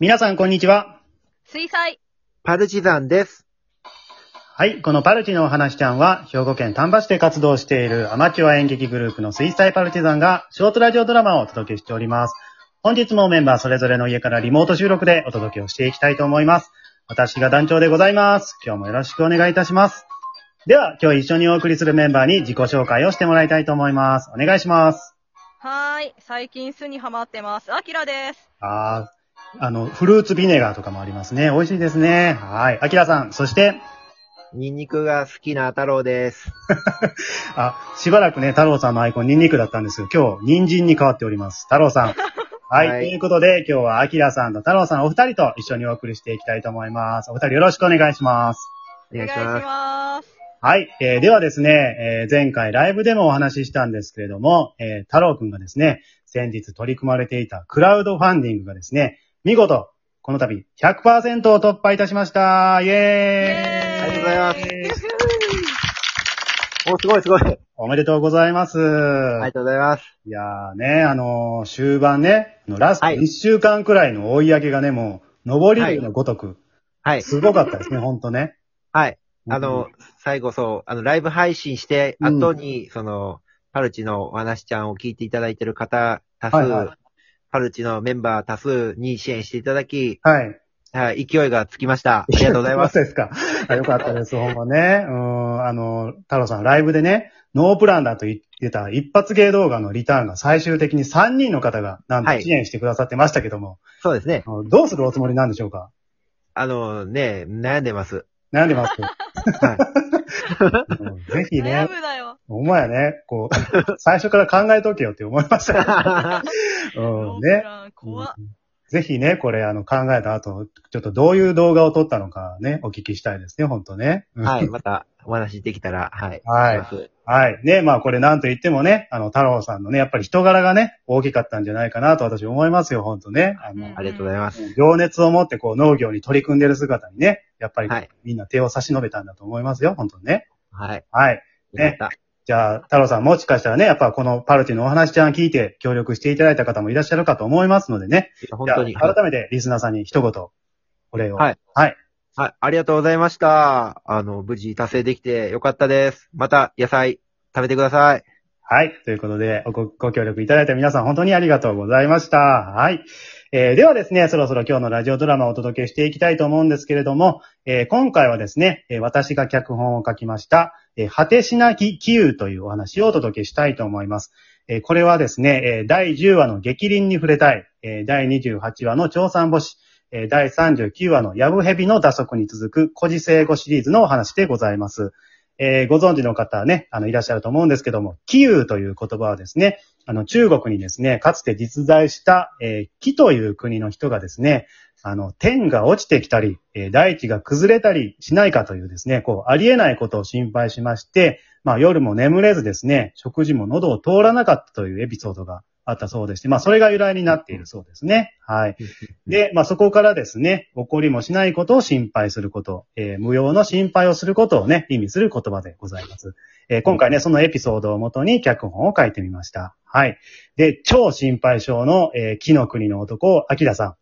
皆さん、こんにちは。水彩。パルチザンです。はい。このパルチのお話ちゃんは、兵庫県丹波市で活動しているアマチュア演劇グループの水彩パルチザンが、ショートラジオドラマをお届けしております。本日もメンバーそれぞれの家からリモート収録でお届けをしていきたいと思います。私が団長でございます。今日もよろしくお願いいたします。では、今日一緒にお送りするメンバーに自己紹介をしてもらいたいと思います。お願いします。はーい。最近巣にハマってます。アキラです。あー、あの、フルーツビネガーとかもありますね。美味しいですね。はい。アキラさん、そして、ニンニクが好きな太郎です。あ、しばらくね、太郎さんのアイコンニンニクだったんですけど、今日、人参に変わっております。太郎さ ん。はい。はいということで、今日は、アキラさんと太郎さんお二人と一緒にお送りしていきたいと思います。お二人よろしくお願いします。おお願願いいししまます。す。はい。えーではですね、えー前回ライブでもお話ししたんですけれども、えー太郎くんがですね、先日取り組まれていたクラウドファンディングがですね、見事、この度100%を突破いたしました。イエーイありがとうございますす。お、すごいすごい。ありおめでとうございます。はがとうございます。いやーね、あのー終盤ね、あのラストはい1週間くらいの追い上げがね、もう、上り竜のごとく、はい。すごかったですね、 ほんとね。はい。あの、、最後そう、あの、ライブ配信して、うん後に、その、パルチのお話ちゃんを聞いていただいてる方、多数、はいはパルチのメンバー多数に支援していただき、はい。はい、勢いがつきま した。ありがとうございます。そうですか。あよかったです、ほんまね。うーん、あのー、太郎さん、ライブでね、ノープランだと言ってた一発芸動画のリターンが最終的に3人の方が、なんはとい支援してくださってましたけども、そうですね。あのどうするおつもりなんでしょうかあの、ね、悩ん でます。悩んでますけど。 はい。うんぜひね悩、むなよ。お前ね、こう、最初から考えとけよって思いましたよ。うノん、ねープ。ラン怖っ。うんぜひね、これ、あの、考えた後、ちょっとどういう動画を撮ったのかね、お聞きしたいですね、ほんとね。うんはい、またお話できたら、はい。はいしますはい。ね、まあこれなんと言ってもね、あの、太郎さんのね、やっぱり人柄がね、大きかったんじゃないかなと私思いますよ、ほんとね。あの、うんありがとうございます。情熱を持ってこう農業に取り組んでる姿にね、やっぱりはいみんな手を差し伸べたんだと思いますよ、ほんとね。はい。はい。ねよかった。じゃあ、太郎さんもしかしたらね、やっぱこのパルティのお話ちゃん聞いて協力していただいた方もいらっしゃるかと思いますのでね。本当に。じゃはあい改めてリスナーさんに一言、お礼を。はいはい。はい、ありがとうございました。あの、無事達成できてよかったです。また野菜食べてくださ い。はい。ということでご、ご協力いただいた皆さん本当にありがとうございました。はい。えーではですね、そろそろ今日のラジオドラマをお届けしていきたいと思うんですけれども、えー今回はですね、えー私が脚本を書きました、えー果てしなき気憂というお話をお届けしたいと思います。えーこれはですね、えー第10話の激鱗に触れたい、えー第28話の調査母子、えー第39話のヤブヘビの打足に続く、古事聖語シリーズのお話でございます。えーご存知の方はね、あの、いらっしゃると思うんですけども、気憂という言葉はですね、あの、中国にですね、かつて実在した、えー、木という国の人がですね、あの、天が落ちてきたり、えー大地が崩れたりしないかというですね、こう、ありえないことを心配しまして、まあ、夜も眠れずですね、食事も喉を通らなかったというエピソードがあったそうでして、まあ、それが由来になっているそうですね。はい。で、まあ、そこからですね、起こりもしないことを心配すること、えー無用の心配をすることをね、意味する言葉でございます。えー今回ね、そのエピソードをもとに脚本を書いてみました。はい。で、超心配性の、えー木の国の男を、秋田さん。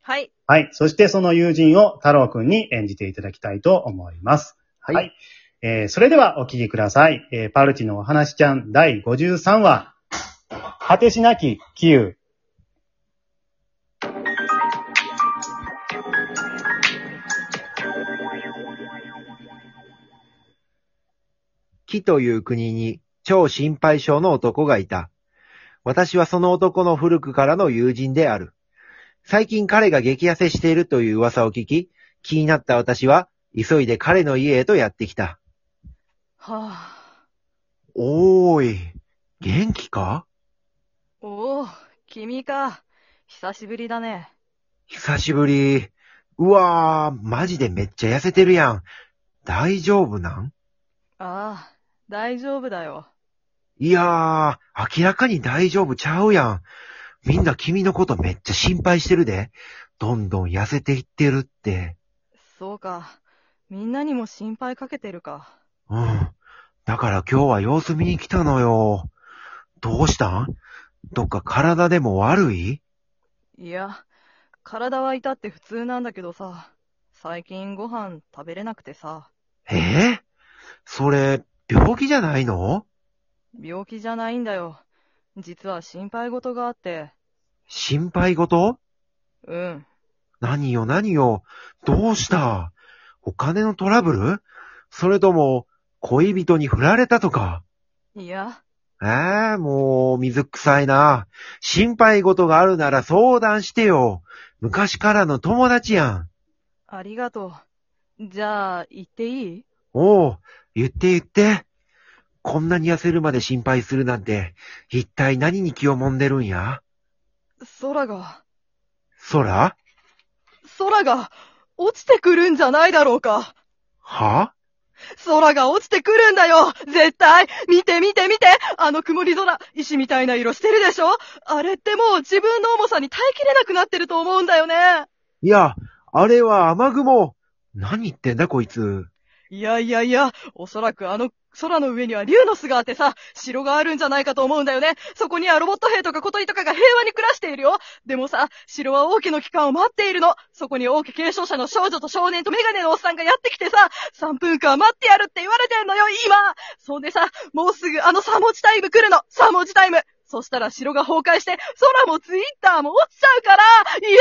はい。はい。そしてその友人を太郎くんに演じていただきたいと思います。はい。はいえーそれではお聞きください。えーパルチのお話ちゃん第53話。果てしなき気憂。木という国に超心配性の男がいた。私はその男の古くからの友人である。最近彼が激痩せしているという噂を聞き、気になった私は、急いで彼の家へとやってきた。はあ。おーい、元気かおお、君か。久しぶりだね。久しぶり。うわー、マジでめっちゃ痩せてるやん。大丈夫なんああ、大丈夫だよ。いやー、明らかに大丈夫ちゃうやん。みんな君のことめっちゃ心配してるで。どんどん痩せていってるって。そうか。みんなにも心配かけてるか。うん。だから今日は様子見に来たのよ。どうしたんどっか体でも悪いいや、体は至って普通なんだけどさ、最近ご飯食べれなくてさ、ええそれ、病気じゃないの病気じゃないんだよ。実は心配事があって、心配事うん。何よ何よ。どうしたお金のトラブルそれとも、恋人に振られたとか。いや、ええもう、水臭いな。心配事があるなら相談してよ。昔からの友達やん。ありがとう。じゃあ、行っていいおう、言って言って。こんなに痩せるまで心配するなんて、一体何に気をもんでるんや空が、空空が、落ちてくるんじゃないだろうか。は空が落ちてくるんだよ絶対見て見て見てあの曇り空、石みたいな色してるでしょあれってもう自分の重さに耐えきれなくなってると思うんだよね。いや、あれは雨雲。何言ってんだこいつ。いやいやいや、おそらくあの空の上には竜の巣があってさ、城があるんじゃないかと思うんだよね。そこにはロボット兵とか小鳥とかが平和に暮らしているよ。でもさ、城は王家の帰還を待っているの。そこに王家継承者の少女と少年とメガネのおっさんがやってきてさ、3分間待ってやるって言われてんのよ、今そんでさ、もうすぐあの3文字タイム来るの3文字タイムそしたら城が崩壊して、空もツイッターも落ちちゃうからいや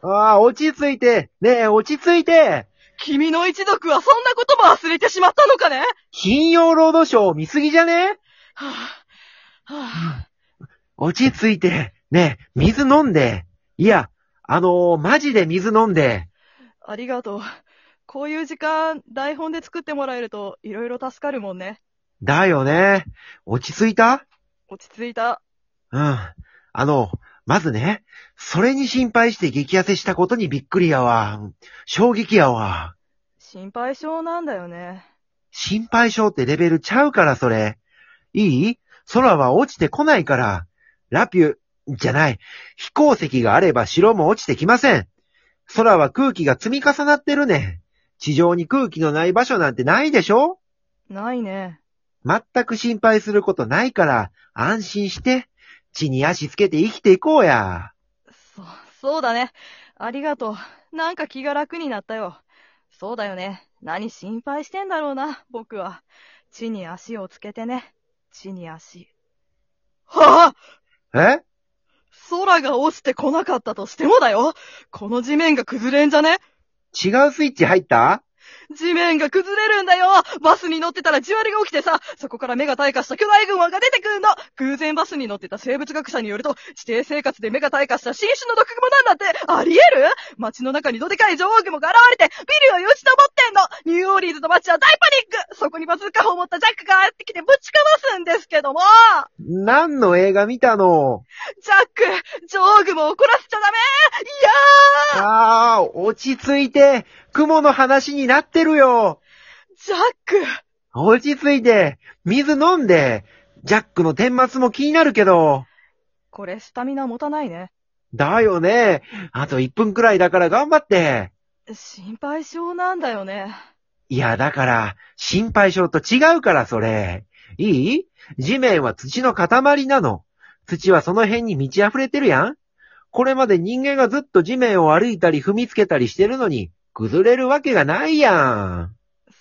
ーああ、落ち着いて。ねえ、落ち着いて。君の一族はそんなことも忘れてしまったのかね金曜ロードショー見すぎじゃねはあ、はあ。 落ち着いて。ねえ、水飲んで。いや、あのーマジで水飲んで。ありがとう。こういう時間、台本で作ってもらえると、いろいろ助かるもんね。だよね。落ち着いた落ち着いた。うん。あの、まずね、それに心配して激痩せしたことにびっくりやわ。衝撃やわ。心配性なんだよね。心配性ってレベルちゃうから、それ。いい空は落ちてこないから。ラピュ、じゃない。飛行石があれば城も落ちてきません。空は空気が積み重なってるね。地上に空気のない場所なんてないでしょないね。全く心配することないから、安心して、地に足つけて生きていこうや。そ、そうだね。ありがとう。なんか気が楽になったよ。そうだよね。何心配してんだろうな、僕は。地に足をつけてね。地に足。はあえ空が落ちてこなかったとしてもだよこの地面が崩れんじゃね違うスイッチ入った地面が崩れるんだよバスに乗ってたら地割れが起きてさ、そこから目が退化した巨大群が出てくるの偶然バスに乗ってた生物学者によると、地底生活で目が退化した新種の毒蜘蛛なんだってあり得る街の中にどでかい女王蜘蛛が現れて、ビルをよじ登ってんのニューオーリーズの街は大パニックそこにバズーカを持ったジャックがやってきてぶちかますんですけども何の映画見たのジャック女王蜘蛛を怒らせちゃダメいやーああ、落ち着いて、雲の話になってるよ。ジャック落ち着いて、水飲んで、ジャックの顛末も気になるけど。これスタミナ持たないね。だよね。あと1分くらいだから頑張って。心配性なんだよね。いや、だから、心配性と違うから、それ。いい地面は土の塊なの。土はその辺に満ち溢れてるやん。これまで人間がずっと地面を歩いたり踏みつけたりしてるのに、崩れるわけがないやん。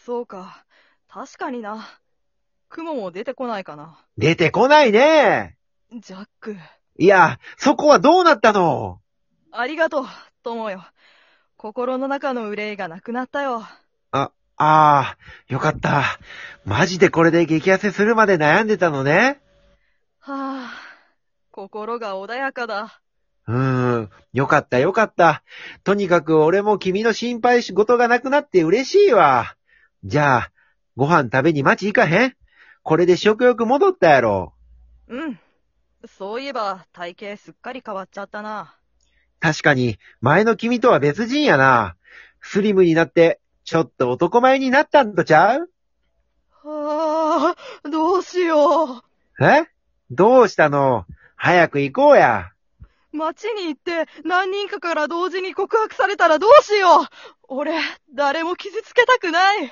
そうか。確かにな。雲も出てこないかな。出てこないね。ジャック。いや、そこはどうなったのありがとう、友よ。心の中の憂いがなくなったよ。ああ、よかった。マジでこれで激痩せするまで悩んでたのね。はぁ、心が穏やかだ。うーん、よかったよかった。とにかく俺も君の心配事がなくなって嬉しいわ。じゃあ、ご飯食べに街行かへんこれで食欲戻ったやろ。うん。そういえば、体型すっかり変わっちゃったな。確かに、前の君とは別人やな。スリムになって、ちょっと男前になったんとちゃうはぁ、どうしよえどうしたの早く行こうや。う。街に行って、何人かから同時に告白されたらどうしよう。俺、誰も傷つけたくない。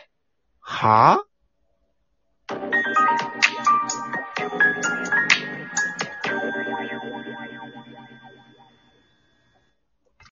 はぁ、